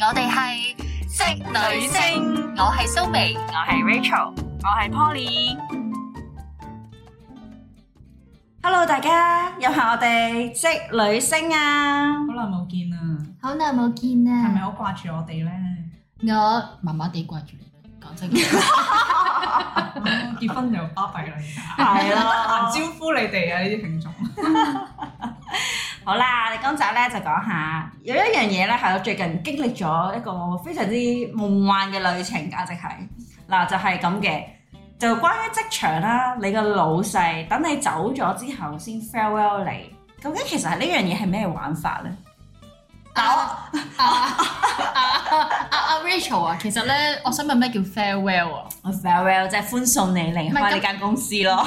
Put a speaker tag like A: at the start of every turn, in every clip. A: 我哋係職女聲，
B: 星，
A: 我係蘇眉，
B: 我係 Rachel，我係 Poly。Hello，大家又係我哋職女星啊！
C: 好耐冇見啦，
A: 好耐冇見啊
C: 係咪
A: 啦，
C: 好掛住我哋咧？
A: 我麻麻地掛住你，講 真，
C: 結婚就巴閉啦，
B: 係啦
C: 難招呼你哋啊呢啲聽眾。
B: 好啦，我哋今集咧就講下有一樣嘢咧，係我最近經歷咗一個非常之夢幻嘅旅程，簡直係嗱就係咁嘅，就關於職場啦，你個老細等你走咗之後先 farewell 你，究竟其實係呢樣嘢係咩玩法咧？嗱我
A: 啊啊啊啊 Rachel 啊，其實咧，我想問咩叫 farewell 啊？
B: 我 farewell 即係歡送你離
A: 唔係咁
B: 開呢間公司咯，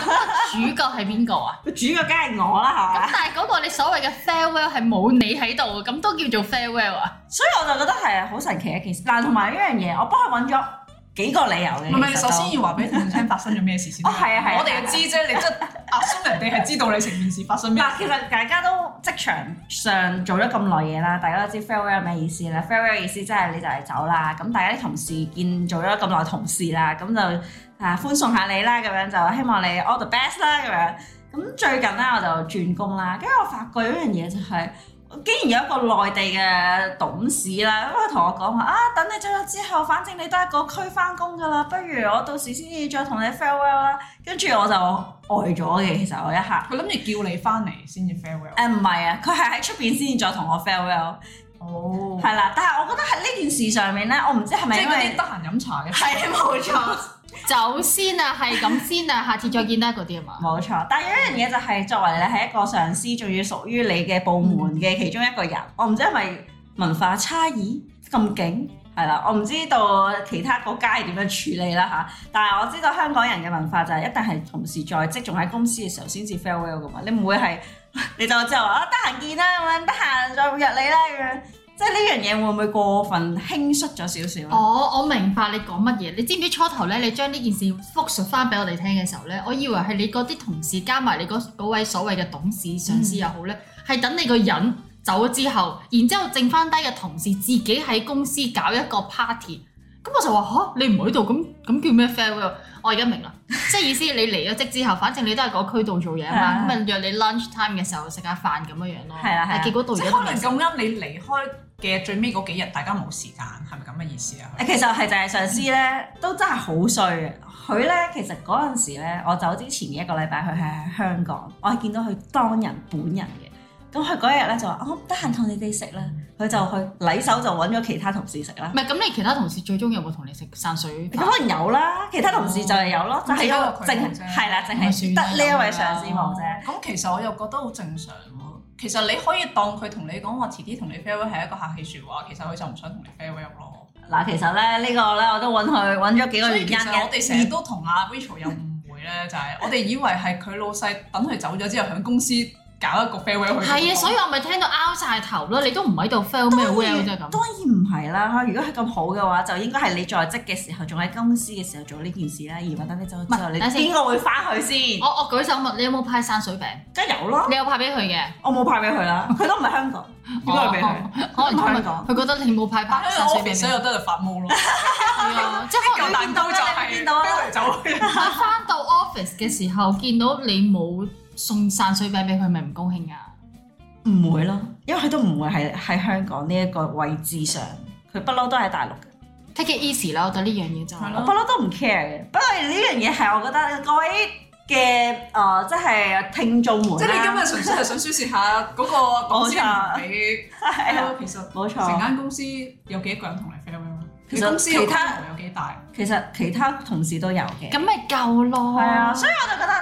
A: 主角係邊個 啊？
B: 主角梗係我啦，係
A: 咁
B: 嘛？
A: 但係嗰個你所謂嘅 farewell 係冇你喺度，咁都叫做 farewell 啊？
B: 所以我就覺得係好神奇一件事。嗱，同埋呢樣嘢，我幫佢揾咗幾個理由嘅。
C: 唔係，
B: 其實
C: 首
B: 都
C: 先要話俾聽眾聽發生咗咩事先。
B: 哦係啊係啊
C: 我哋就知啫，你即係 assume 人哋係知道你成件事發生咩
B: 嗱，
C: 事。
B: 其實大家都職場上做咗咁耐嘢啦，大家都知 farewell 咩意思啦。farewell 意思即係你就嚟走啦，咁大家啲同事見做咗咁耐同事啦，咁就啊歡送下你啦，咁樣就希望你 all the best 啦，咁樣。咁最近咧我就轉工啦，跟住我發覺一樣嘢就係、竟然有一個內地嘅董事啦，咁佢同我講話啊，等你走咗之後，反正你都係個區翻工噶啦，不如我到時先至再同你 farewell 啦。跟住我就呆咗嘅，其實我一下。
C: 佢諗住叫你翻嚟先至 farewell。
B: 誒唔係啊，佢係喺出邊先至再同我 farewell，
C: 哦，
B: 係啦。但係我覺得喺呢件事上面咧，我唔知係
C: 即
B: 咪
C: 係
B: 因
C: 嗰啲
B: 為
C: 得閒飲茶嘅。
B: 係冇錯
A: 走先啊，係咁先啊，下次再見啦嗰啲啊嘛。
B: 冇錯。但係有一樣嘢就係作為你係一個上司，仲要屬於你嘅部門嘅其中一個人，我唔知係咪文化差異咁勁。係啦，我唔知道其他國家係點樣處理啦嚇，但係我知道香港人嘅文化就係一定係同事在職，仲喺公司嘅時候先至 farewell 噶嘛，你唔會係 你就之後話啊得閒見啦咁樣，得閒再約你啦咁樣，即係呢樣嘢會唔會過分輕率咗少啊少咧？
A: 哦，我明白你講乜嘢。你知唔知初頭咧，你將呢件事復述翻俾我哋聽嘅時候咧，我以為係你嗰啲同事加埋你嗰嗰位所謂嘅董事上司又好咧，係、等你個人走咗之後，然之後剩翻低嘅同事自己喺公司搞一個 party。咁我就話吓，你唔喺度，咁咁叫咩 farewell？我而家明啦， 即係意思你離咗職之後，反正你都係嗰區度做嘢啊啊嘛，咁
B: 係
A: 咪約你 lunch time 嘅時候食下飯咁樣樣咯。
B: 係啦係啦
A: 但結果到而
C: 即
A: 家
C: 係
A: 都
C: 可
A: 未
C: 能咁啱你離開嘅最尾嗰幾日，大家冇時間，係咪咁嘅意思啊？
B: 其實係就係上司咧，都真係好衰嘅。佢咧其實嗰陣時咧，我走之前嘅一個禮拜，佢係喺香港，我係見到佢當人本人嘅。咁佢嗰日咧就話：我唔得閒同你哋食啦。
C: 嗯
B: 佢就去禮手就揾咗其他同事食啦
A: 唔。係咁，你其他同事最終有冇同你食散水飯
B: 咁可能有啦，其他同事就係有咯，就係
C: 咁嗯哦只不過佢
B: 淨
C: 冇啫啊
B: 係啦，淨
A: 咪算
B: 係
A: 啦
B: 得呢一位上司冇啫。
C: 哦咁其實我又覺得好正常喎。其實你可以當佢同你講話遲啲同你 farewell 係一個客氣説話，其實佢就唔想同你 farewell 咯。
B: 嗱，其實咧呢個咧我都揾佢揾咗幾個
C: 所
B: 原
C: 以
B: 因
C: 其實我哋成日
B: 嘅。
C: 都同阿 Rachel 有誤會咧，就係我哋以為係佢老細等佢走咗之後，喺公司搞一個 farewell 去。
A: 係啊，所以我咪聽到拗晒頭咯，你都唔喺度 fail 咩 well 啫咁。
B: 當然唔係啦，如果係咁好嘅話，就應該係你在職嘅時候，仲喺公司嘅時候做呢件事啦，而話等你走咗之
A: 唔
B: 後，
A: 係
B: 你
A: 等陣先
B: 邊個會翻去先？
A: 我我舉手問你有冇派散水餅？
B: 梗係有咯，
A: 你有派俾佢嘅？
B: 我冇派俾佢啦，佢都唔係香港，應該係俾佢。
A: 可能因
B: 唔係
A: 為
B: 佢講
A: 佢覺得你冇派
C: 但
A: 派
C: 係
A: 散水
C: 哦 office
A: 餅
C: 所
A: 哦俾
C: 有都喺度發毛咯，
A: 佢啊，即係可
C: 咁
A: 能
C: 蛋糕就係
B: 見到啦
C: farewell 走去。
A: 佢翻到 office 嘅時候見到你冇送散水餅俾佢，咪唔高興啊？
B: 唔會咯，因為佢都唔會係喺香港呢一個位置上，佢不嬲都喺大陸嘅，
A: Take it easy 啦，我覺得呢樣嘢就
C: 係
B: 我
C: 咯
B: 不嬲都唔 care 嘅。不過呢樣嘢係我覺得各位嘅誒、呃即係聽眾們啦，
C: 即係你今日純粹係想宣泄下嗰個公司唔俾
B: 係啊
C: farewell，其實
B: 冇
C: 成
B: 錯。
C: 間公司有幾多個人同你 farewell？
B: 其
C: 其
B: 實
C: 實公司
B: 其
C: 其
B: 他
C: 他有幾大？
B: 其實其他同事都有嘅。
A: 咁咪夠咯。
B: 係啊，所以我就覺得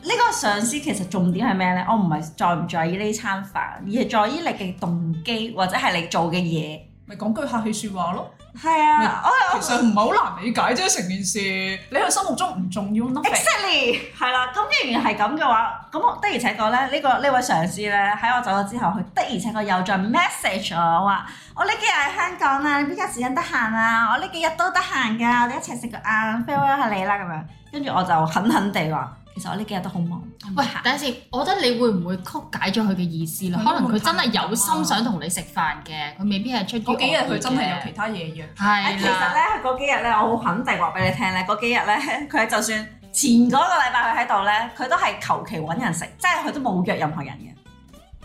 B: 呢個上司其實重點係咩呢？我唔係在唔在意呢餐飯，而係在於你嘅動機或者係你做嘅嘢。
C: 咪講句客氣説話咯。
B: 係啊，我
C: 其實唔係好難理解啫，成件事你喺心目中唔重要 n o t h i
B: exactly 係啦。咁既然係咁嘅話，咁我的而且確咧，呢、個呢位上司呢，喺我走咗之後，佢的而且確又再 message 我話：我呢幾日喺香港啊，你邊間時間得閒啊？我呢幾日都得閒㗎，我哋一齊食個晏，farewell 下你啦咁樣。跟住我就狠狠地話：其其實我呢幾日都好忙。
A: 喂，等陣先，我覺得你會唔會曲解咗佢嘅意思啦？
C: 佢都
A: 可能佢
C: 會
A: 真係有
C: 怕
A: 心想同你食飯嘅，佢未必係出於
C: 嗰幾日
A: 惡
C: 佢
A: 意
C: 真係有
A: 嘅
C: 其他嘢約，
B: 啊
A: 係
B: 其實
A: 啦，
B: 咧嗰幾日咧，我好肯定話俾你聽咧，嗰幾日咧， 佢就算前嗰個禮拜佢喺度咧，佢都係求其揾人食，即係佢都冇約任何人嘅。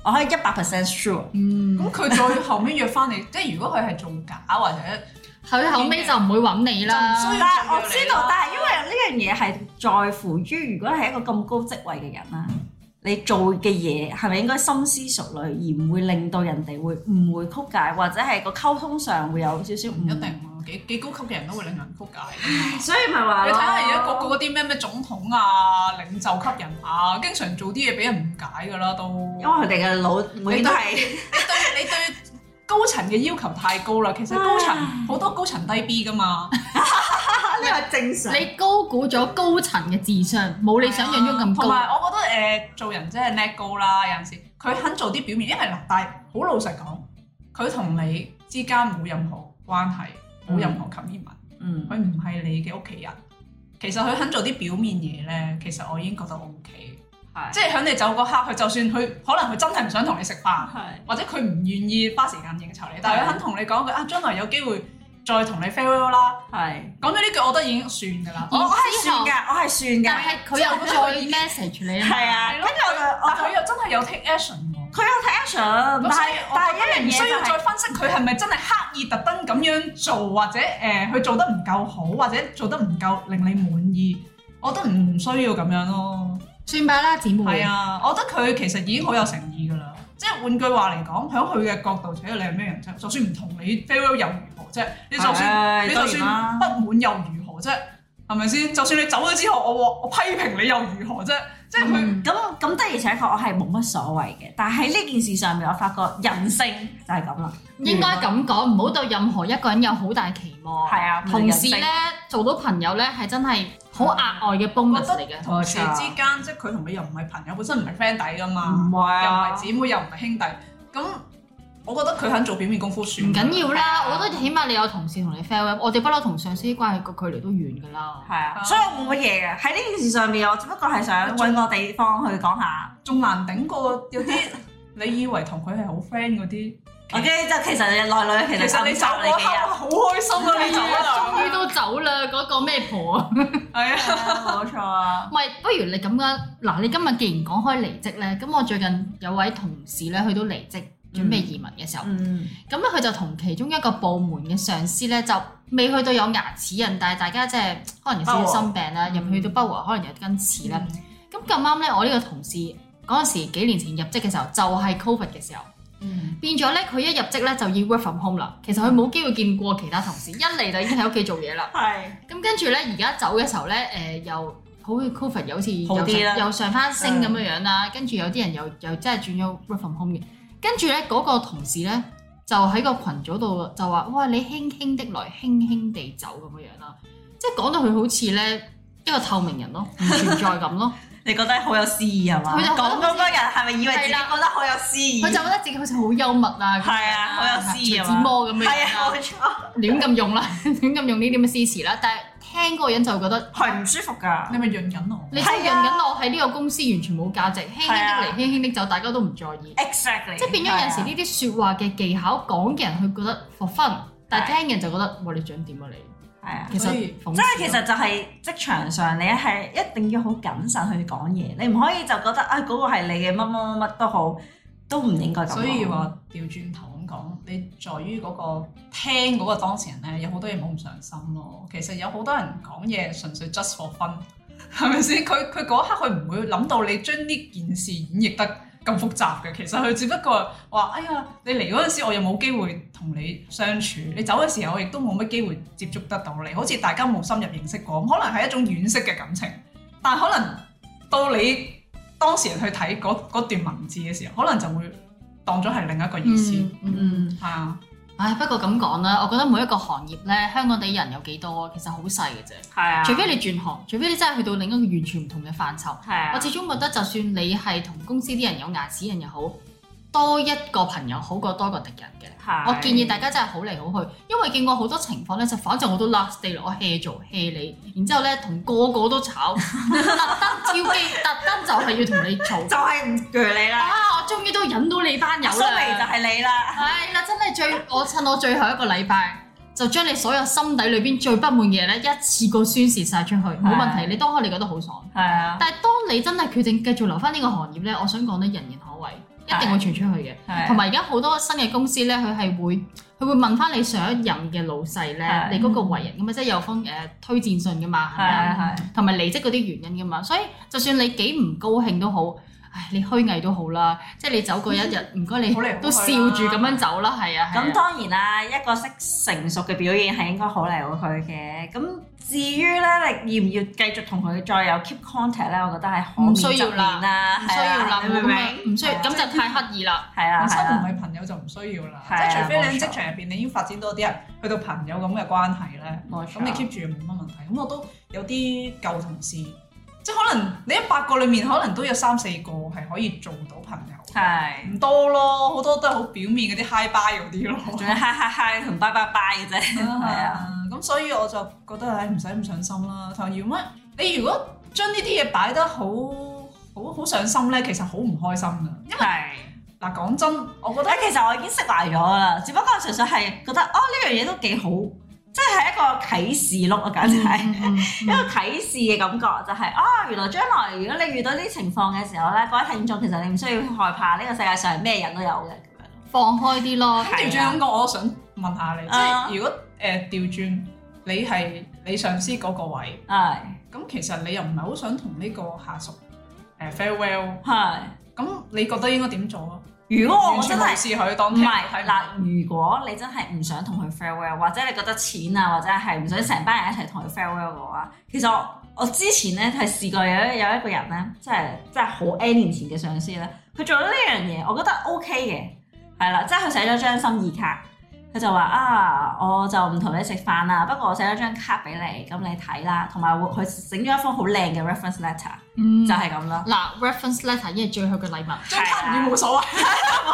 B: 我可以一百 percent sure。
A: 嗯，
C: 咁佢再後面約翻你，即 係如果佢係做假或者
A: 佢後尾就唔會揾你
C: 就唔
A: 啦
C: 需。要
B: 但係我知道，但係因為呢樣嘢係在乎於，如果係一個咁高職位嘅人啦，你做嘅嘢係咪應該深思熟慮，而唔會令到人哋會誤會曲解，或者係個溝通上會有少少
C: 唔
B: 唔
C: 一定喎，幾幾高級嘅人都會令人曲解。
B: 所以咪話
C: 你睇下而家個個嗰啲咩咩總統啊、領袖級人啊，經常做啲嘢俾人誤解㗎啦都。
B: 因為佢哋嘅腦永遠都係。
C: 你對你對高層嘅要求太高啦，其實高層好多高層低 B 㗎
B: 啊
C: 嘛，
B: 呢個係正常
A: 你高估咗高層嘅智商，冇你想象中咁
C: 同埋
A: 高。
C: 我覺得誒、呃做人真係叻高啦，有陣時佢肯做啲表面，因為嗱，但係好老實講，佢同你之間冇任何關係，冇任何 commitment，
B: 嗯
C: 佢唔係你嘅屋企人。其實佢肯做啲表面嘢咧，其實我已經覺得 O K。
B: 係
C: 即係喺你走嗰刻，佢就算佢可能佢真係唔想同你食飯，
B: 係
C: 或者佢唔願意花時間應酬你，但係佢肯同你講佢啊，將來有機會再同你 farewell 啦。
B: 係，
C: 講咗呢句，我覺得已經算㗎啦。
B: 我
A: 然之後
B: 我係算㗎，我係算
A: 但
B: 㗎，
A: 係佢又再 message 你啊嘛
B: 係啊，
C: 係
B: 跟
C: 咯
B: 住我就我
C: 但
B: 就
C: 佢又真係有 take action 喎。
B: 佢有 t 上，
C: 咁
B: 但
C: 所
B: 係
C: 以我
B: 但
C: 覺得
B: 係一
C: 你唔
B: 樣嘢
C: 需要
B: 就係
C: 再分析佢係咪真係刻意特登咁樣做，或者誒佢、做得唔夠好，或者做得唔夠令你滿意。我覺得唔需要咁樣咯。
A: 算吧啦，姊
C: 係
A: 妹。
C: 啊，
B: 嗯
C: 我覺得佢其實已經好有誠意㗎啦。即係換句話嚟講，喺佢嘅角度睇你係咩人啫？就算唔同你 farewell 又如何啫？你
B: Ờ,
C: 就算
B: 唉
C: 你
B: 當
C: 就
B: 然
C: 算
B: 啦
C: 不滿又如何啫？係咪先？就算你走咗之後，我我批評你又如何啫？即係佢
A: 嗯
B: 咁咁的而且確我係冇乜所謂嘅，但係呢件事上面我發覺人性就係咁啦，
A: 應該咁講，唔好對任何一個人有好大期望。
B: 係啊，
A: 同事咧做到朋友咧係真係好額外嘅 bonus 嚟嘅。
C: 同事之間，即係佢同你又唔係朋友，本身唔係 friend 底㗎嘛，
B: 唔係
C: 又唔係
B: 啊，
C: 姊妹，又唔係兄弟。咁我覺得佢肯做表面功夫算
A: 唔緊要啦，我覺
C: 得
A: 得起碼你有同事同你 farewell，我哋不嬲同上司啲關係個距離都遠㗎啦。
B: 係啊，所以我冇乜嘢嘅喺呢件事上面，我只不過係想揾個地方去講下。
C: 仲難頂過有 啲你以為同佢係好 friend 嗰啲，
B: OK，就其實內裏
C: 其
B: 其實
C: 實你走
B: 暗殺
C: 嗰刻
B: 幾日
C: 好開心啊！你走 啦，
A: 終於都走啦，嗰個咩婆啊？
C: 係啊，
B: 冇錯啊，
A: 喂，不如你咁樣嗱，你今日既然講開離職咧，咁我最近有位同事咧，佢都離職，準備移民嘅時候，
B: 嗯，
A: 咁咧佢就同其中一個部門嘅上司咧，就未去到有牙齒印，但係大家即係可能有少少心病啦，
B: 不和
A: 入去到不和，可能有根刺啦。咁咁啱咧，我呢個同事嗰陣時幾年前入職嘅時候，就係 Covid 嘅時候。
C: 嗯，
A: 變咗咧，佢一入職咧就要 work from home 啦。其實佢冇機會見過其他同事，一嚟就已經喺屋企做嘢啦。
B: 係。
A: 咁跟住咧，而家走嘅時候咧，誒、又好似 Covid 又好似
B: 好
A: 又
B: 啲啦嗯
A: 上又上翻升咁樣樣啦。跟住有啲人又又真係轉咗 work from home 嘅。跟住咧，嗰、個同事咧就喺個群組度就話：哇，你輕輕的來，輕輕地走咁樣樣啦。即係講到佢好似咧一個透明人咯，唔存在咁 咯。
B: 你覺得好有詩意係嘛？
A: 佢就覺得
B: 講嗰個人係咪以為自己
A: 係啦
B: 覺得好有詩意？啊
A: 佢就覺得自己好似好幽默啊，咁樣
B: 係啊，好有詩意
A: 徐
B: 啊
A: 志
B: 嘛。
A: 摩咁樣樣
B: 係
A: 啦。
B: 啊，冇錯，
A: 亂咁用啦， 亂咁用呢啲咁嘅詩詞啦，但係聽嗰個人就會覺得
B: 係唔舒服
C: 你
B: 㗎。
C: 咪潤緊我。
A: 你真係
B: 係
A: 用
B: 啊
A: 緊我喺呢個公司完全冇價值，輕輕的嚟，
B: 啊
A: 輕輕的走，大家都唔在意，
B: Exactly，啊
A: 即係變咗有陣時呢啲説話嘅技巧講嘅人，佢覺得 for fun，但係
B: 係
A: 聽嘅人就覺得哇你想點啊你，
B: 係啊。
A: 其實
C: 所以
A: 諷刺
B: 即係其實就係職場上，你係一定要好謹慎去講嘢，你唔可以就覺得啊嗰個係你嘅乜乜乜乜都好，都唔應該咁講。
C: 所以話調轉頭咁講，你在於嗰個聽嗰個當事人咧，有好多嘢冇唔上心咯。其實有好多人講嘢純粹 just for fun，係咪先？佢佢嗰刻佢唔會諗到你將呢件事演繹得咁複雜嘅。其實佢只不過話：哎呀，你嚟嗰陣時我又冇機會同你相處，你走嘅時候我亦都冇乜機會接觸得到你，好似大家冇深入認識過咁，可能係一種惋惜嘅感情，但可能到你當事人去睇嗰嗰段文字嘅時候，可能就會當咗係另一個意思。
A: 嗯嗯，
B: 嗯，
C: 係啊，
A: 唉不過咁講啦，我覺得每一個行業咧，香港地人有幾多，其實好細嘅啫，
B: 係啊，
A: 除非你轉行，除非你真係去到另一個完全唔同嘅範疇。
B: 係啊，
A: 我始終覺得，就算你係同公司啲人有牙齒印又好，多一個朋友好過多個敵人嘅。
B: 係
A: 我建議大家真係好嚟好去，因為見過好多情況咧，就反正我都 last day 啦，我 hea 做 hea 你，然之後咧同個個都 炒，特登挑機，特登就係要同你嘈。
B: 就係唔鋸你啦，
A: 啊！我終於都忍到你班友
B: 有蘇眉就
A: 啦，
B: 係你啦，
A: 係啦，真係最我趁我最後一個禮拜，就將你所有心底裏邊最不滿嘅嘢咧，一次過宣泄晒出去，冇問題。你當刻你覺得好爽，
B: 係啊，
A: 但係當你真係決定繼續留翻呢個行業咧，我想講咧，人言可畏，一定會傳出去嘅。
B: 係啊
A: 同埋而家好多新嘅公司咧，佢係會佢會問翻你上一任嘅老細咧，
B: 係
A: 你嗰個為人咁嘛，即係有封誒、呃推薦信噶嘛，係咪啊
B: 係係
A: 同埋離職嗰啲原因噶嘛，所以就算你幾唔高興都好，唉，你虛偽都好啦，即係你走過一 日，唔該你
C: 好嚟好去啦
A: 都笑住咁樣走啦，係啊，係啊
B: 咁當然啦，一個識成熟嘅表現係應該好嚟好去嘅。咁至於咧，你要唔要繼續同佢再有 keep contact 咧？我覺得係可
A: 唔
B: 免
A: 需要
B: 則
A: 啦
B: 免啦，
A: 唔需要啦，
B: 係啊
A: 冇
B: 你明唔
A: 咁
B: 明？
A: 樣，唔需要，咁就太刻意啦，
B: 係啦，
C: 本身
B: 係啊
C: 唔
B: 啦，
C: 係朋友就唔需要啦，
B: 係
C: 即
B: 啊
C: 係除非你
B: 冇
C: 喺
B: 錯
C: 職場入邊，你已經發展到啲人去到朋友咁嘅關係咧，
B: 冇錯。
C: 咁你 keep 住冇乜問題。咁我都有啲舊同事，即係可能你一百個裡面可能都有三四個係可以做到朋友，
B: 係，
C: 唔多咯，好多都係好表面嗰啲 high bye 嗰 啲咯。
B: 仲有嗨嗨嗨同拜拜拜嘅啫，係啊，
C: 啊，咁所以我就覺得唉，唔使咁上心啦。同埋如果你如果將呢啲嘢擺得好好好上心咧，其實好唔開心噶。因為
B: 係。
C: 嗱講真，我覺得
B: 但其實我已經釋懷咗啦，只不過純粹係覺得哦呢樣嘢都幾好，即係一個啟示錄啊，簡直係。
A: 嗯嗯
B: 一個啟示嘅感覺就係、啊，原來將來如果你遇到呢啲情況嘅時候咧，各位聽眾其實你唔需要害怕，呢個世界上係咩人都有嘅咁
A: 放開啲咯，
B: 係啊
C: 調轉感覺，我都想問下你，即
B: 啊
C: 係如果誒調轉你係你上司嗰個位，
B: 樣，係
C: 咁其實你又唔係好想同呢個下屬誒 farewell，
B: 係。
C: 咁你覺得應該點做啊？
B: 如果
C: 完
B: 哦我
C: 全
B: 真
C: 無
B: 係
C: 視佢當
B: 唔
C: 聽
B: 係嗱，，如果你真係唔想同佢 farewell，或者你覺得錢啊，或者係唔想成班人一齊同佢 farewell 嘅話，其實我我之前咧係試過有一有一個人咧，即係即係好 N 年前嘅上司咧，佢做咗呢樣嘢，我覺得 OK 嘅，係啦，即係佢寫咗張心意卡，佢就話啊，我就唔同你食飯啦，不過我寫咗張卡俾你，咁你睇啦，同埋會佢整咗一封好靚嘅 reference letter，
A: 嗯
B: 就係咁啦。
A: 嗱 reference letter 已經係最好嘅禮物，
C: 張卡唔要冇所謂，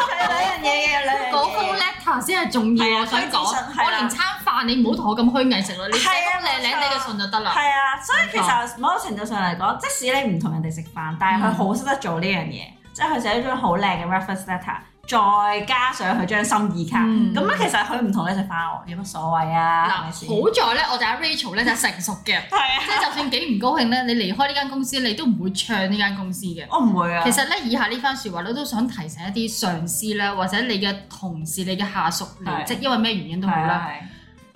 B: 係兩樣嘢嘅，兩樣
A: 嗰封 letter 先係重
B: 係
A: 要，
B: 啊
A: 我想講，
B: 推薦信係啊
A: 我連餐飯你唔好同我咁虛偽食咯，你寫
B: 係啊
A: 封靚靚哋嘅信就得啦。
B: 係啊，所以其實某程度上嚟講，即使你唔同人哋食飯，但係佢好識得做呢樣嘢，即係佢寫咗張好靚嘅 reference letter，再加上佢張心意卡，
A: 嗯
B: 咁咧其實佢唔同你食飯，我有乜所謂
A: 嗱，
B: 啊？係咪先？
A: 好在咧，我哋阿 Rachel 咧就係成熟 嘅，
B: 係啊，
A: 即係就算幾唔高興咧，你離開呢間公司，你都唔會唱呢間公司嘅。
B: 我唔會啊。
A: 其實咧，以下呢番説話咧，都想提醒一啲上司咧，或者你嘅同事、你嘅下屬離職，因為咩原因都好
B: 係
A: 啦。
B: 啊，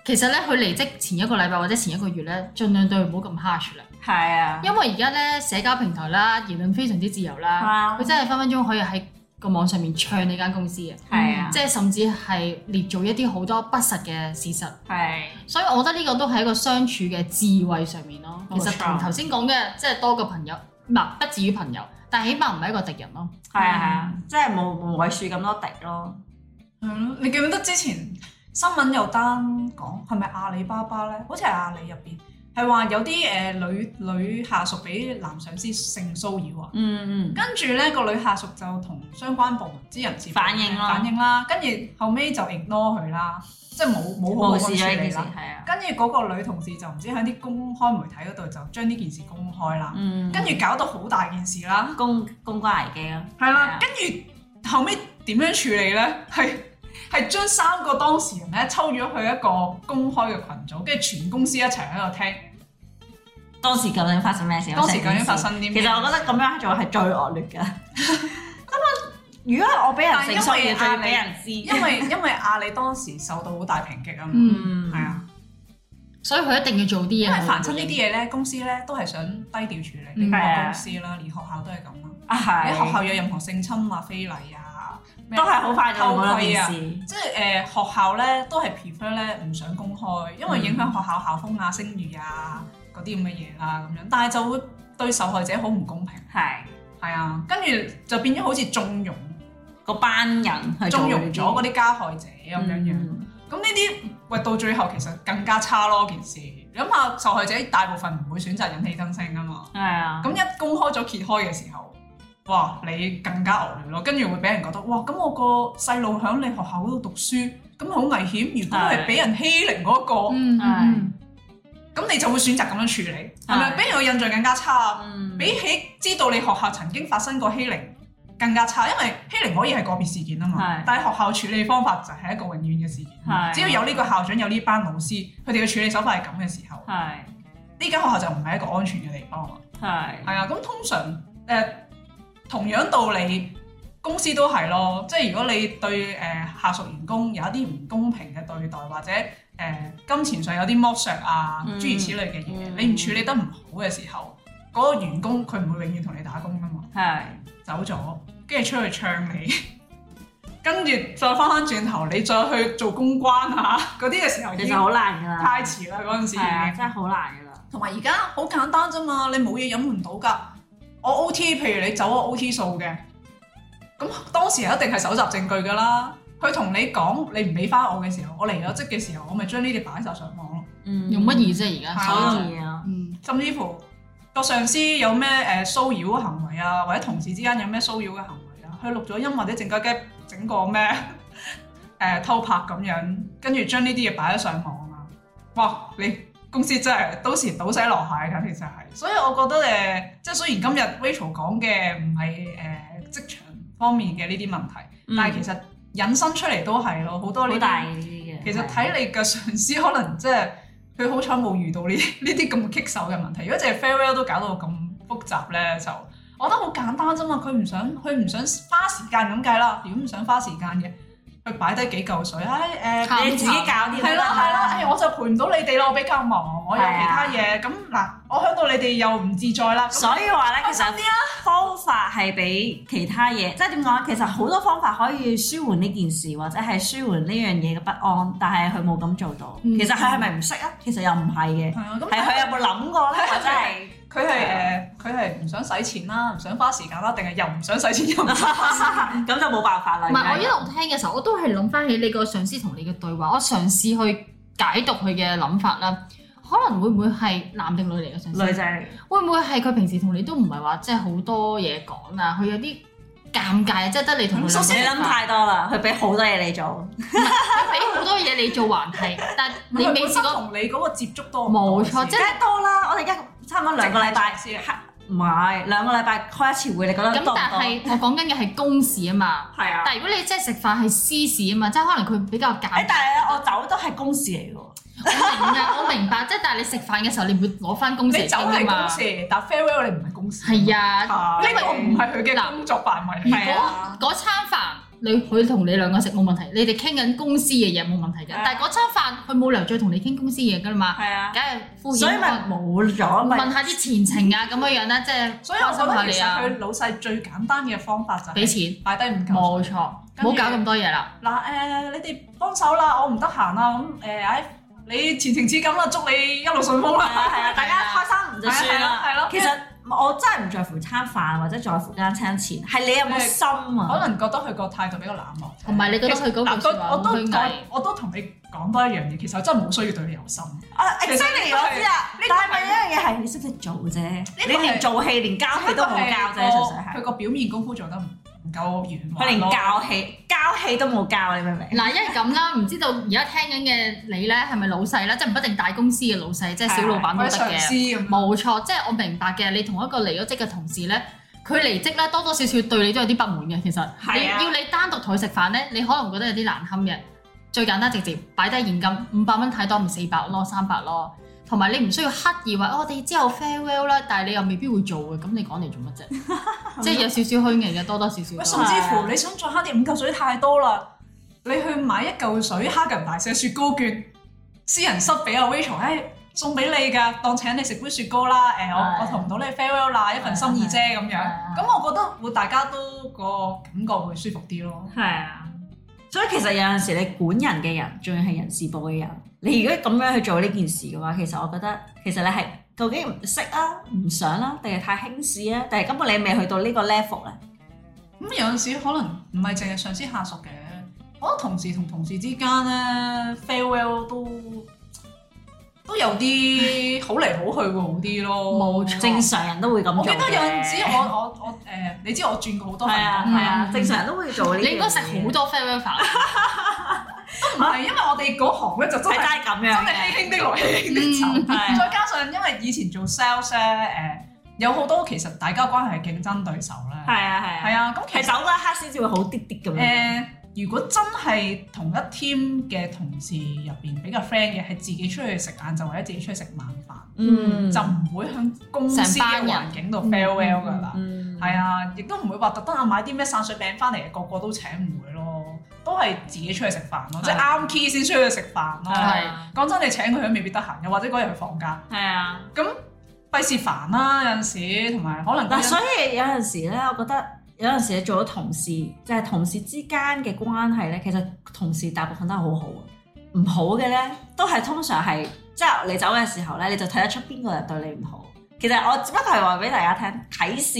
A: 其實咧，佢離職前一個禮拜或者前一個月咧，盡量對佢唔好咁 harsh 啦，
B: 係啊，
A: 因為而家咧社交平台啦，言論非常之自由啦，
B: 啊
A: 佢真係分分鐘可以喺個網上面唱你間公司嘅，
B: 係啊
A: 即係甚至係捏造一啲好多不實嘅事實。
B: 係
A: 所以我覺得呢個都係一個相處嘅智慧上面咯。其
B: 冇錯
A: 實同頭先講嘅即係多個朋友，唔係不至於朋友，但起碼唔係一個敵人咯。
B: 係啊係啊，即係冇冇外樹咁多滴咯。
C: 係咯，你記唔記得之前新聞有單講係咪阿里巴巴咧？好似係阿里入邊係話有啲誒、呃女女下屬俾男上司性騷擾啊，
B: 嗯嗯，
C: 跟住咧個女下屬就同相關部門之人士
B: 反映咯
C: 反映啦，跟住後尾就 ignore 佢啦，即係冇冇好好
B: 無
C: 咁
B: 視咗
C: 處
B: 呢件
C: 理
B: 事
C: 啦。
B: 係啊。
C: 跟住嗰個女同事就唔知喺啲公開媒體嗰度就將呢件事公開啦，
B: 嗯，
C: 跟住搞到好大件事啦。
B: 公公關危機咯。
C: 係
B: 係
C: 啦
B: 啊，
C: 跟住後尾點樣處理咧？係係將三個當事人咧抽咗去一個公開嘅群組，跟住全公司一齊喺度聽
B: 當時究竟發生咩事？
C: 當時究竟發生啲咩。
B: 其實我覺得咁樣做係最惡 劣嘅。咁我如果係我俾人性騷擾，仲要俾人知，
C: 因為因為阿里當時受到好大抨擊啊嘛，
A: 嗯，
B: 嗯
C: 係啊，
A: 所以佢一定要做啲嘢。
C: 因為凡親呢啲嘢咧，公司咧都係想低調處理，
A: 嗯
C: 你
B: 係
C: 個
B: 啊
C: 公司啦，連學校都係咁啦。
B: 啊
C: 喺學
B: 係，
C: 校有任何性侵啊、非禮啊，咩
B: 都係好快就
C: 偷
B: 冇啦
C: 窺
B: 件
C: 啊。
B: 事，
C: 即係誒、呃學校咧都係 prefer 咧唔想公開，因為影響學校校風啊、聲譽啊嗰啲咁嘅嘢啦咁樣，但係就會對受害者好唔公平。
B: 係
C: 係啊，跟住就變咗好似縱容、
B: 嗰班人去做
C: 縱
B: 呢
C: 容
B: 啲
C: 咗嗰啲加害者咁樣樣。
B: 嗯
C: 咁呢啲喂到最後其實更加差咯件事。你諗下受害者大部分唔會選擇引起爭聲啊嘛，
B: 係啊，
C: 咁一公開咗揭開嘅時候，哇你更加惡劣咯，跟住會俾人覺得哇咁我個細路喺你學校嗰度讀書，咁好危險。如果係俾人欺凌嗰、個，
A: 嗯嗯
C: 咁你就會選擇咁樣處理，係咪？
B: 係
C: 俾人嘅印象更加差，
B: 嗯，
C: 比起知道你學校曾經發生過欺凌更加差，因為欺凌可以係個別事件啊嘛
B: 係，
C: 但係學校處理方法就係一個永遠嘅事件。
B: 係
C: 只要有呢個校長有呢班老師，佢哋嘅處理手法係咁嘅時候，
B: 係
C: 呢間學校就唔係一個安全嘅地方啦。
B: 係
C: 係啊，咁通常誒、呃同樣道理，公司都係咯，即係如果你對誒、呃下屬員工有一啲唔公平嘅對待，或者誒、呃金錢上有啲剝削啊，
B: 嗯
C: 諸如此類嘅嘢，
B: 嗯
C: 你唔處理得唔好嘅時候，嗰、個員工佢唔會永遠同你打工噶嘛，
B: 係
C: 走咗，跟住出去唱你。 跟住再翻翻轉頭，你再去做公關啊嗰啲嘅時候已
B: 其實
C: 經
B: 好難㗎啦，
C: 太遲啦，嗰陣時已
B: 係啊，
C: 經。
B: 真係好難㗎啦，
C: 同埋而家好簡單啫嘛，你冇嘢飲唔到㗎。我 OT，譬如你走我 OT 數嘅，咁當時一定係搜集證據㗎啦。佢同你講你唔俾翻我嘅時候，我離咗職嘅時候，我咪將呢啲擺晒上網咯。
B: 嗯
A: 用乜嘢啫而
C: 係
A: 家？
B: 好容易啊，
A: 嗯
C: 甚至乎個上司有咩誒、呃、騷擾嘅行為啊，或者同事之間有咩騷擾嘅行為啊，佢錄咗音或者靜雞雞整個咩 誒、偷拍咁樣，跟住將呢啲嘢擺咗上網啊！哇！你公司真係到時倒洗落蟹㗎，其實係。所以我覺得誒、呃即係雖然今日 Rachel 講嘅唔係誒職場方面嘅呢啲問題，但係
B: 嗯
C: 其實引申出嚟都係咯，好多呢
B: 好
C: 啲
B: 大嘅呢啲嘅，
C: 其實睇你嘅上司，可能即係佢好彩冇遇到呢 呢啲咁棘手嘅問題。如果淨係 farewell 都搞到咁複雜咧，就我覺得好簡單啫嘛。佢唔想佢唔想花時間咁計啦。如果唔想花時間嘅，佢擺低幾嚿水，唉誒，
A: 靠
B: 你自己搞啲
C: 係啦係啦，誒我就陪唔到你哋啦，我比較忙，我有其
A: 啊
C: 他嘢。咁嗱，我響到你哋又唔自在啦。咁
B: 所以話咧，其實
A: 啊
B: 方法係比其他嘢，即係點講咧？其實好多方法可以舒緩呢件事，或者係舒緩呢樣嘢嘅不安，但係佢冇咁做到。
A: 嗯
B: 其實佢係咪唔識啊？其實又唔係嘅，
C: 係啊，咁
B: 係佢有冇諗 過咧？或者係
C: 佢係誒，佢係唔想使錢啦，唔想花時間啦，定係又唔想使錢又唔想花時間
B: 咁就冇辦法啦。
A: 唔係我一路聽嘅時候，我都係諗翻起你個上司同你嘅對話，我嘗試去解讀佢嘅諗法啦。可能會唔會係男定女嚟嘅上司？
B: 女仔嚟，
A: 會唔會係佢平時同你都唔係話即係好多嘢講啊？佢有啲尷尬，即係得你
C: 嗯
A: 同佢
B: 首
A: 兩個
B: 先你
A: 人
B: 諗
A: 發
B: 太多啦，佢俾好多嘢你做，
A: 佢俾好多嘢你做還 係，但係你未試過
C: 同你嗰個接觸多啊
A: 冇錯，即
B: 梗
A: 係
B: 係多啦。我哋而家差唔多兩個禮拜
C: 先
B: 唔係兩個禮拜開一次會，你覺得
A: 咁。
B: 多唔
A: 但
B: 多？
A: 係我講緊嘅係公事啊嘛。
B: 係啊，
A: 但係如果你即係食飯係私事啊嘛，即係可能佢比較尷
B: 哎誒，但
A: 尬。
B: 係我走都係公事嚟嘅喎。
A: 我明 㗎，我明白。即係但係你食飯嘅時候，你唔會攞翻 公事
C: 你
A: 嚟
C: 走係
A: 傾啊
C: 公
A: 嘛。
C: 事，但 farewell 你唔係公事。
A: 係啊，
C: 啊，呢
A: 因為
C: 個唔係佢嘅工作範圍。
A: 如
B: 係啊
A: 果嗰餐飯你佢同你兩個食冇問題，你哋傾緊公司嘅嘢冇問題㗎
B: 係啊。
A: 但係嗰餐飯佢冇理由再同你傾公司嘢㗎啦嘛，
B: 係啊
A: 梗。係敷衍。哦
B: 所以咪冇咗咪
A: 問下啲前程啊咁樣樣啦，即係
C: 所以我覺
A: 關心
C: 得
A: 下你
C: 其
A: 啊，
C: 實佢老細最簡單嘅方法就
A: 俾
C: 係
A: 錢。
C: 擺低五嚿
A: 冇
C: 水。
A: 錯，唔好
C: 跟住
A: 搞咁多嘢啦。
C: 嗱誒，你哋幫手啦，我唔得閒啦，咁誒，唉，你前程似錦啦，祝你一路順風
B: 係啊係
C: 啦。
B: 啊，大家開心唔就算啦。
C: 係咯。
B: 其實我真係唔在乎餐飯或者在乎間餐錢，係你有冇心
C: 可
B: 啊？
C: 能覺得佢個態度比較冷漠，
A: 同埋你覺得佢嗰句
C: 其實
A: 説
C: 嗱
A: 話
C: 我
A: 好
C: 都
A: 虛偽，
C: 我都同你講多一樣嘢，其實我真係冇需要對你有心。
B: 啊
C: 其實呢
B: ，exactly
C: 個係
B: 我知啦
C: 呢。個係
B: 但係咪一樣嘢係你識唔識做啫？
C: 個係
B: 你連做戲連交戲都冇交啫，
C: 佢
B: 純
C: 個表面功夫做得唔夠圓
B: 粹係佢
C: 滑
B: 連
C: 咯。
B: 教戲交戲都冇交，你明唔明？
A: 嗱，因為咁啦，唔知道而家聽緊嘅你咧係咪老細啦？即係唔一定大公司嘅老細，即係小老闆
C: 或者
A: 都得
C: 上司
A: 嘅。
C: 咁樣。
A: 冇錯，即係我明白嘅。你同一個離咗職嘅同事咧，佢離職咧多多少少對你都有啲不滿嘅。其實你
B: 係啊
A: 要你單獨同佢食飯咧，你可能覺得有啲難堪嘅。最簡單直接擺低現金五百蚊太多，咪四百咯，三百咯。同埋你唔需要刻意話、哦我哋之後 farewell 啦，但係你又未必會做嘅，咁你講嚟做乜啫？ 即係有少少虛偽嘅，多多少少
C: 喂，
A: 都。
C: 甚至乎你想再慳啲五嚿水太多啦，你去買一嚿水哈根大寫雪糕券，私人室俾阿 Rachel，誒送俾你㗎，當請你食杯雪糕啦。誒，
B: 係
C: 我我同唔到你 farewell 啦，一份心意啫咁樣。
B: 係
C: 咁我覺得會大家都個感覺會舒服啲咯。
B: 係啊，所以其實有陣時你管人嘅人，仲要係人事部嘅人，你如果咁樣去做呢件事嘅話，其實我覺得其實你係究竟唔識啊、唔想啦、定係太輕視啊，定係根本你未去到呢個 level 啊咧？
C: 咁有陣時可能唔係淨係上司下屬嘅，我覺得同事同同事之間咧 farewell 都都有有啲好嚟好去會好啲咯。
B: 冇錯，正常人都會咁
C: 我
B: 做
C: 記得有陣時
B: 嘅
C: 我我我誒，你知我轉過好多份
B: 係啊
C: 工
B: 係
C: 啦，
B: 啊，正常人都會做呢樣嘢。
A: 你應該食好多 f a v o r
C: 唔係因為我哋嗰行咧就真
B: 係真
C: 係
B: 係咁
C: 真
B: 樣
C: 係
B: 嘅，
C: 輕輕的來，輕輕的走。
B: 係啊
C: 再加上因為以前做 sales 咧，誒、有好多其實大家關係係競爭對手咧，
B: 係啊係
C: 係
B: 啊，
C: 啊，咁其
B: 係
C: 實
B: 走得黑先至會好啲啲咁
C: 誒、
B: 樣。
C: 如果真係同一 team 嘅同事入邊比較 friend 嘅，係自己出去食晏晝或者自己出去食晚飯，
B: 嗯，
C: 就唔會向公司
A: 成班
C: 嘅
A: 人
C: 環境度 farewell 㗎啦。
B: 嗯
C: 係啊，亦都唔會話特登啊買啲咩散水餅翻嚟，個個都請唔會咯，都係自己出去食飯咯，即係啱 key 先出去食飯
B: 係
C: 咯。
B: 啊
C: 講真，你請佢佢未必得閒，又或者嗰日佢放假。
B: 係啊。
C: 費事煩啦，有陣時同埋
A: 啊
C: 可能
B: 嗱，所以有陣時咧，我覺得有陣時你做咗同事，就係、同事之間嘅關係咧，其實同事大部分都係好好嘅，唔好嘅咧都係通常係即係你走嘅時候咧，你就睇得出邊個人對你唔好。其實我只不過係話俾大家聽，啟示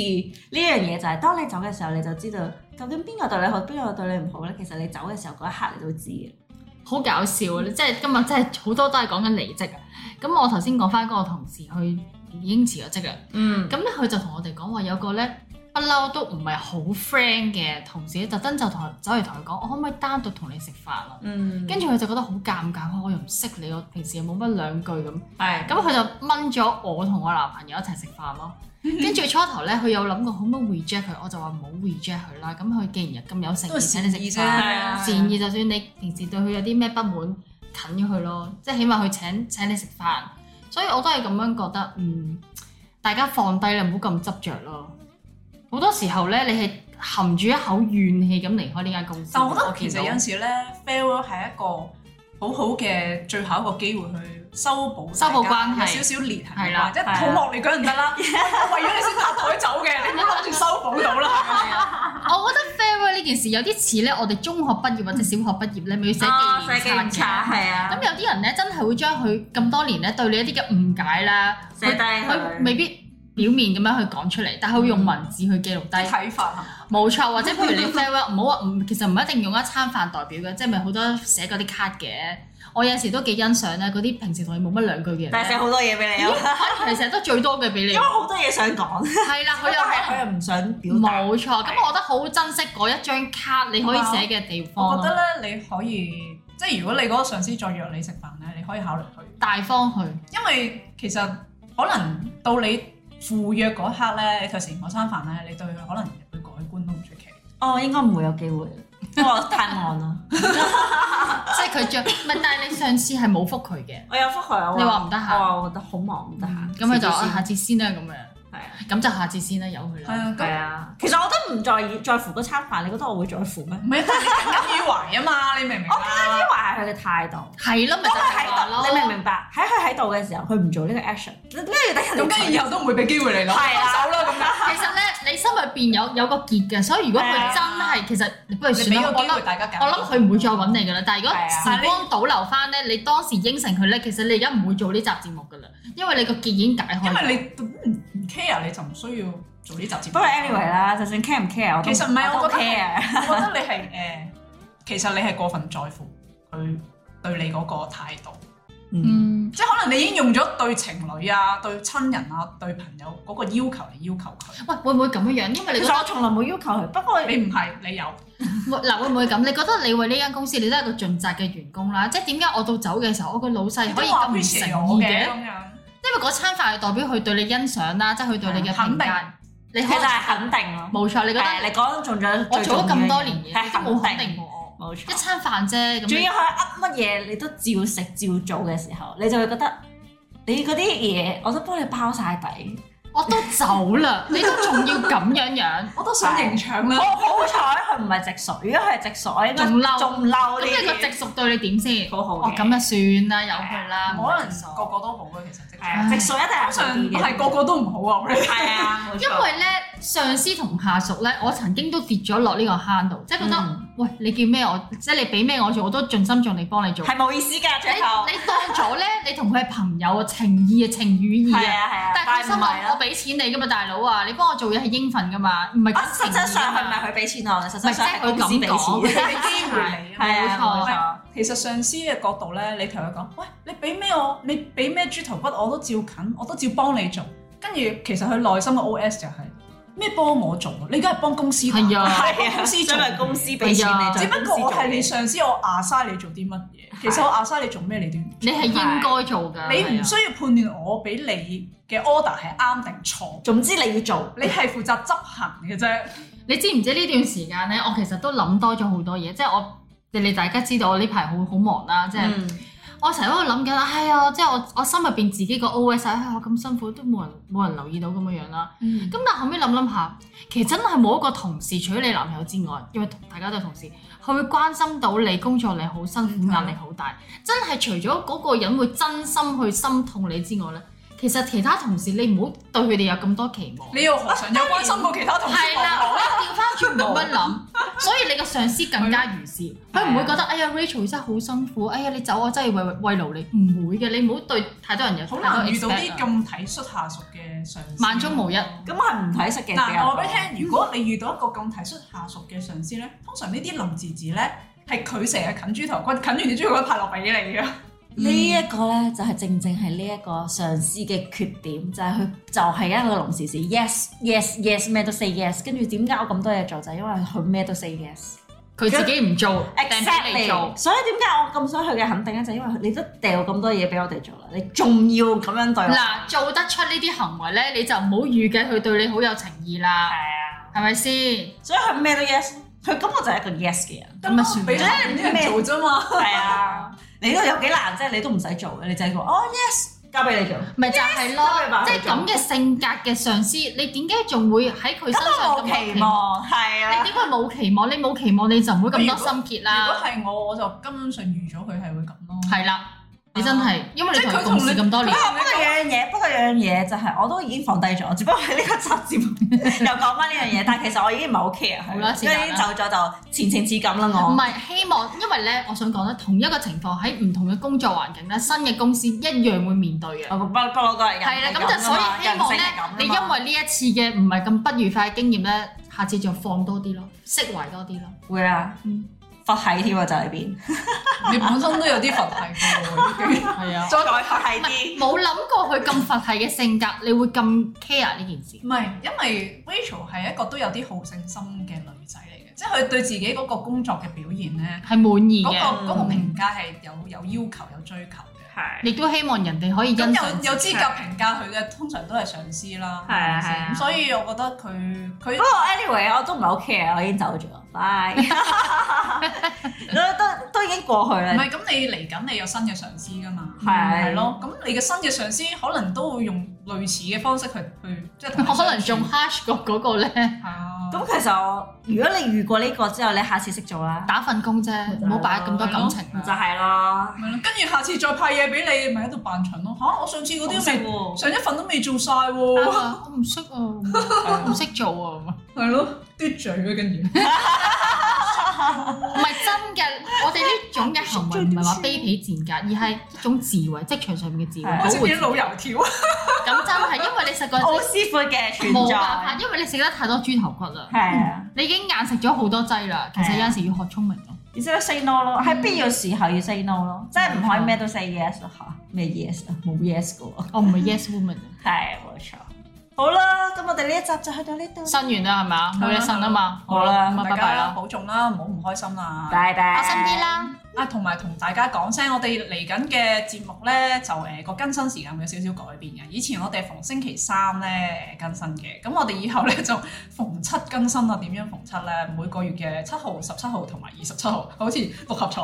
B: 呢樣嘢就係、當你走嘅時候，你就知道究竟邊個對你好，邊個對你唔好咧。其實你走嘅時候嗰一刻你都知嘅。
A: 好搞笑 啊！即係今日真係好多都係講緊離職啊。咁我頭先講翻嗰個同事，佢已經辭咗職啦。
B: 嗯，
A: 咁咧佢就同我哋講話有個咧不嬲都唔係好 friend 嘅同事，特登就同佢走嚟同佢講，我可唔可以單獨同你食飯啊？
B: 嗯
A: 跟住佢就覺得好尷尬，我又唔識你，我平時又冇乜兩句咁。咁
B: 係
A: 佢就掹咗我同我男朋友一齊食飯咯。跟住初頭咧，佢有諗過可唔可以 reject 佢，我就話唔好 reject 佢啦。咁佢既然咁有誠
C: 都係
A: 意請
C: 善
A: 你
C: 意
A: 食
C: 啫，
A: 飯，
B: 係啊
A: 善意就算你平時對佢有啲咩不滿，近咗佢咯，即係起碼佢請請你食飯。所以我都係咁樣覺得，嗯，大家放低啦，唔好咁執着咯。好多時候咧，你係含住一口怨氣咁離開呢間公司。
C: 但我覺得其
A: 見
C: 實
A: 到
C: 有陣時咧，farewell 係一個好好嘅最後一個機會去修補
A: 修補
C: 大家
A: 關係
C: 有少少裂痕
A: 係啊
C: 嘅
A: 啦
C: 話，即
B: 係啦
C: 係肚餓你梗唔得 啦，我為咗你先拍台走嘅，你唔好諗住修補到
B: 啊
C: 啦。
A: 我覺得 farewell 呢件事有啲似咧，我哋中學畢業或者小學畢業咧，咪要寫
B: 啊，寫
A: 紀
B: 紀
A: 念
B: 念
A: 冊嘅
B: 冊係啊
A: 咁，有啲人咧，真係會將佢咁多年咧對你一啲嘅誤解啦，
B: 寫低
A: 佢
B: 佢
A: 未必表面咁樣去講出嚟，但係佢會
C: 嗯
A: 用文字去記錄低。
C: 睇法啊
A: 冇錯，或者譬如你 farewell，唔好話唔，其實唔一定用一餐飯代表嘅，即係咪好多寫嗰啲 card 嘅。我有時都幾欣賞咧，嗰啲平時同你冇乜兩句嘅人
B: 但係寫
A: 咧，哎
B: 好多嘢俾你啊，
A: 可能其實都最多嘅俾 你
B: 因為。好多嘢想講，
A: 係啦，佢
B: 但係
A: 又
B: 佢又唔想表達。
A: 冇錯，咁我覺得好珍惜嗰一張卡你可以寫嘅地
C: 我
A: 方
C: 覺
A: 咯，
C: 得咧，你可以即係如果你嗰個上司再約你食飯咧，你可以考慮佢，
A: 大方去。
C: 因為其實可能到你赴約嗰刻咧，你頭先嗰餐飯咧，你對佢可能會改觀都唔出奇。
B: 哦，應該唔會有機會，因為我太忙
A: 啊
B: 啦。
A: 即係佢着，唔係，但係你上次係冇覆佢嘅，
B: 我有覆佢，啊我
A: 你話唔得閒
B: 我話我覺得好忙，唔得閒。
A: 咁佢就
B: 遲
A: 啊下
B: 啲哦先
A: 次先啦咁樣，
B: 係啊
A: 咁就下次先啦，由佢
C: 係
A: 啦。
C: 啊，咁
B: 係啊。其實我都唔在意在乎嗰餐飯，你覺得我會在乎咩？
A: 嗯
C: 唔係，但係你耿耿於懷啊嘛，你明唔明
B: 因
C: 啊？
B: 為係佢嘅態度。
A: 係咯，咪就
B: 當佢
A: 係
B: 喺
A: 話
B: 度，你明唔
A: 咯。
B: 明白？喺佢喺度嘅時候，佢唔做呢個 action，呢個等人
C: 咁
B: 哋
C: 跟住以後都唔會俾機會你咯，
B: 係啊
C: 分手啦咁樣。
A: 其實咧，你心入邊有有個結嘅，所以如果
B: 係
A: 佢
B: 啊
A: 真係，其實你不如
C: 你俾
A: 算啦。
C: 個
A: 我
C: 機會
A: 諗
C: 大家揀。
A: 我諗佢唔會再揾你噶啦。但係如果
B: 係啊
A: 時光倒流翻咧，你當時應承佢咧，其實你而家唔會做呢集節目噶啦，因為你個結已經解開。
C: 因為你唔 care，你就唔需要做呢集節目。
B: 不過
C: 啊
B: anyway，啦，就算 care 唔 care，我都
C: 其實唔係
B: 都
C: 我覺得
B: care。
C: 我覺得你係誒，其實你係過分在乎佢對你嗰個態度，
B: 嗯
A: 嗯，
C: 即係可能你已經用咗對情侶啊、對親人啊、對朋友嗰個要求嚟要求佢，
A: 喂，會唔會咁樣樣？因為你
B: 其
A: 覺得
B: 實我從來冇要求佢，不過
C: 你唔係你有，
A: 會嗱會唔會咁？你覺得你為呢間公司你都係個盡責嘅員工啦，即係點解我到走嘅時候，我個老細
C: 你
A: 可以
C: 都
A: 咁
C: 話
A: 唔
C: appreciate
A: 誠
C: 我
A: 意
C: 嘅
A: 嘅？
C: 咁樣。
A: 因為嗰餐飯係代表佢對你欣賞啦，即係佢對你嘅
C: 肯
A: 評
C: 定
A: 價。你
B: 其
A: 可
B: 實係肯定咯。啊
A: 冇錯，你覺得
B: 誒，你講中咗
A: 我
B: 最
A: 做
B: 重要
A: 咗
B: 嘅
A: 咁多年嘢，
B: 係
A: 你都冇肯定
B: 定，
A: 過我。
B: 冇錯
A: 一。餐飯啫，咁
B: 仲
A: 你
B: 要佢噏乜嘢你都照食照做嘅時候，你就會覺得你嗰啲嘢我都幫你包晒底。
A: 我都走 啦，你都仲要咁樣樣，
C: 我都想迎搶
B: 我
C: 啦，
B: 好彩佢唔係直屬，如果佢係直屬，我應該
A: 嗯仲嬲
B: 仲嬲
A: 咁
B: 呢
A: 你個
B: 啲
A: 直屬對你點先？
B: 好好
A: 哦，
B: 嘅。
A: 咁啊算啦，由佢啦，
C: 可
A: 唔
C: 能
A: 係
C: 個個都好嘅，其實即
B: 係啊，
C: 係
B: 直屬一定係
C: 通常
B: 好啲嘅
C: 係個個都唔好啊，我哋
B: 係啊，冇錯
A: 因為咧，上司同下屬咧，我曾經都跌咗落呢個坑度，即係覺得、
B: 嗯
A: 喂，你叫咩我，即係你俾咩我做，我都盡心盡力幫你做。
B: 係冇意思㗎，
A: 你
B: 最後
A: 你當咗咧，你同佢係朋友啊，情意啊，情與義
B: 係
A: 啊。
B: 啊係啊，
A: 但係佢
B: 係
A: 心
B: 唔係
A: 諗我
B: 啦。
A: 俾錢你噶嘛，大佬啊，你幫我做嘢係應份噶嘛，唔係
B: 我
A: 講
B: 實
A: 情
B: 際
A: 義
B: 上
A: 啊
B: 係咪
A: 嘛。
B: 佢俾錢
A: 唔
B: 我？實
A: 係
B: 際
A: 即
B: 上
A: 係
B: 係
A: 佢
B: 公司
A: 咁
B: 俾
A: 講
B: 錢。
C: 俾機會你啊。
B: 係
A: 冇
B: 啊，
A: 錯
B: 冇錯。
C: 其實上司嘅角度咧，你同佢講，喂，你俾咩我，你俾咩豬頭骨我都照近，我都照幫你做。跟住其實佢內心嘅 OS 就係、咩幫我做啊？你而家係幫公司打，
A: 係啊
C: 係
B: 係啊，
C: 公司做
B: 因為公司俾錢
A: 係啊
B: 你，
C: 只
B: 就
C: 不
B: 公司
C: 過我
B: 做
C: 係你上司，我壓晒你做啲乜嘢。其實我壓晒你做咩，你都要做
A: 你係應該做㗎，
C: 你
A: 係
C: 唔
A: 啊
C: 需要判斷我俾你嘅 order 係啱定錯，
B: 總之你要做，
C: 你係負責執行嘅啫。
A: 你知唔知呢段時間咧，我其實都諗多咗好多嘢，即係我你哋大家知道我呢排好好忙啦，即係、
B: 嗯
A: 我成日喺度諗緊，哎呀，即係我我心入邊自己個 OS，哎呀我咁辛苦都冇人冇人留意到咁樣樣啦。咁但係後尾諗諗下，其實真係冇一個同事，除咗你男朋友之外，因為大家都係同事，佢會關心到你工作你好辛苦，
C: 嗯
A: 壓力好大。真係除咗嗰個人會真心去心痛你之外咧，其實其他同事你唔好對佢哋有咁多期望。
C: 你又何嘗有關心過其他同事
A: 係啦，
C: 好唔好
A: 我調翻轉咁樣諗，所以你個上司更加如是，佢唔會覺得哎呀 Rachel 真係好辛苦，哎呀你走我真係慰慰勞你，唔會嘅，你唔好對太多人有
C: 好
A: 太多
C: 難遇到
A: expect
C: 啲
A: 啊
C: 咁體恤下屬嘅上司。
A: 萬中無一
B: 咁係唔睇識嘅。比
C: 嗱，
B: 較
C: 我話俾你聽，如果你遇到一個咁體恤下屬嘅上司咧，通常呢啲林字字咧係佢成日近豬頭骨，近完啲豬頭骨拍落俾你嘅。
B: 呢一個咧就係正正係呢一個上司嘅缺點，就係佢就係一個龍時時 yes yes yes 咩都 say yes，跟住點解我咁多嘢做就係因為佢咩都 say yes。
A: 佢自己唔做，掟俾你做，
B: 所以點解我咁想佢嘅肯定咧，就係因為你都掉咁多嘢俾我哋做啦，你仲要咁樣對我。
A: 嗱做得出呢啲行為咧，你就唔好預計佢對你好有情意啦，
B: 啊，
A: 係咪先？
B: 所以佢咩都 yes，佢根本就係一個 yes 嘅人。
A: 咁啊算啦
C: 俾你啲人做啫嘛。
B: 係啊，你呢度有幾難啫？你都唔使做嘅，你就係講哦 yes，交俾你做。
A: 咪就係
B: Yes，都係話
A: 咯，
B: 佢
A: 即係咁嘅性格嘅上司，你點解仲會喺佢身上
B: 咁
A: 咁
B: 我冇
A: 多
B: 期？望，係
A: 你
B: 啊，
A: 點會冇期望？你冇期望你就唔會咁多心結啦。
C: 如果係我，我就根本上預咗佢係會咁咯。
A: 係啦，你真係，因為
C: 即
A: 你同佢
C: 係佢同
A: 共
C: 你
A: 事咁多年，
C: 佢
B: 不過有樣嘢，不過有樣嘢就係我都已經放低咗，只不過喺呢個集節目 又講翻呢樣嘢，但係其實我已經唔係好 care
A: 好啦
B: 佢，
A: 是但
B: 因為
A: 啦
B: 已經走咗就前程似錦啦
A: 唔
B: 我。
A: 係希望，因為咧，我想講咧，同一個情況喺唔同嘅工作環境咧，新嘅公司一樣會面對嘅。
B: 我不不嬲都係人
A: 係啦，
B: 係
A: 咁
B: 咁
A: 就所以希望咧，
B: Ờ,
A: 你因為呢一次嘅唔係咁不愉快嘅經驗咧，下次就放多啲咯，釋懷多啲咯。
B: 會啦
A: 嗯，
B: 佛系添啊就裏邊，
C: 你本身都有啲佛系嘅喎，已經
A: 係啊，
B: 再改佛
A: 唔
B: 系
A: 係
B: 啲。
A: 冇諗過佢咁佛系嘅性格，你會咁 care 呢件事。
C: 唔係，因為 Rachel 係一個都有啲好勝心嘅女仔嚟嘅，即係佢對自己嗰個工作嘅表現咧，
A: 係滿意
C: 嗰、
A: 嘅，
C: 個嗰、個評價係有有要求、有追求嘅。
B: 係
A: 亦都希望人哋可以
C: 咁
A: 欣賞
C: 有有資格評價佢嘅，通常都係上司啦。
B: 係啊
C: 咪先
B: 係啊
C: 所以我覺得佢佢
B: 不過 anyway 我都唔係好 care，我已經走咗，bye。都都都已經過去
C: 唔
B: 啦，
C: 係咁，你嚟緊你有新嘅上司噶嘛？
B: 係
C: 係咯，咁你嘅新嘅上司可能都會用類似嘅方式去去，即 係同你
A: 哦我可能
C: 相
A: 仲
C: 處
A: harsh 過嗰個咧，
C: 係啊
B: 咁其實我如果你遇過呢個之後，你下次識做啦，
A: 打份工啫，唔好擺咁多感情
B: 就
A: 啦。
B: 係咯。
C: 咪咯，跟住下次再派嘢俾你，咪喺度扮蠢咯。嚇，我上次嗰啲都未，上一份都未做晒
A: 啱
C: 喎。
A: 啊我唔識啊，我唔識做啊，咁啊
C: 係咯，嘟嘴啊，跟住。
A: 唔係真嘅。我哋呢種嘅行為唔係話卑鄙賤格，而係一種智慧，職場上面嘅智慧，
B: 係
A: 保
C: 好似
A: 護
C: 變
A: 自
C: 咗
A: 己。
C: 老油條啊！
A: 咁真係，因為你食 過
B: 奧師傅嘅存
A: 冇辦法，
B: 在，
A: 因為你食得太多豬頭骨啦，
B: 係啊，
A: 你已經硬食咗好多劑啦。其實有陣時要學聰明啊咯。
B: 要識得 say no 咯，喺必要時候要 say no 咯，即係唔可以咩都 say yes 咯嚇，咩 yes 啊，冇 yes 嘅喎，
A: 我哦唔係 yes woman，啊
B: 係冇錯。好啦，咁我哋呢一集就去到呢度，
A: 呻完啦係嘛，冇你呻啊嘛。
B: 嗯好啦
A: 咁啊拜
C: 大
A: 拜
C: 家
A: 啦，
C: 保重啦，唔好唔開心啦。
B: 拜拜，
A: 開心啲。啦，
C: 啊，同埋同大家講聲，我哋嚟緊嘅節目咧，就誒個更新時間會有少少改變嘅。以前我哋逢星期三咧更新嘅，咁我哋以後咧就逢七更新啊啦。點樣逢七咧？每個月嘅七號、十七號同埋二十七號，好似六合彩。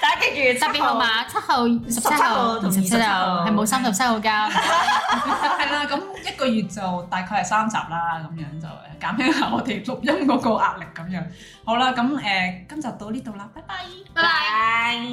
B: 大家記住
A: 特別號碼七號、十七
B: 號
A: 號
B: 同
A: 同十七號
B: 27號
A: 係冇三十七號㗎。
C: 係啦，咁一個月就大概係三集啦，咁樣就誒減輕下我哋錄音嗰個壓力咁樣。好啦，咁誒、今集到呢度啦，拜拜。
B: 拜拜。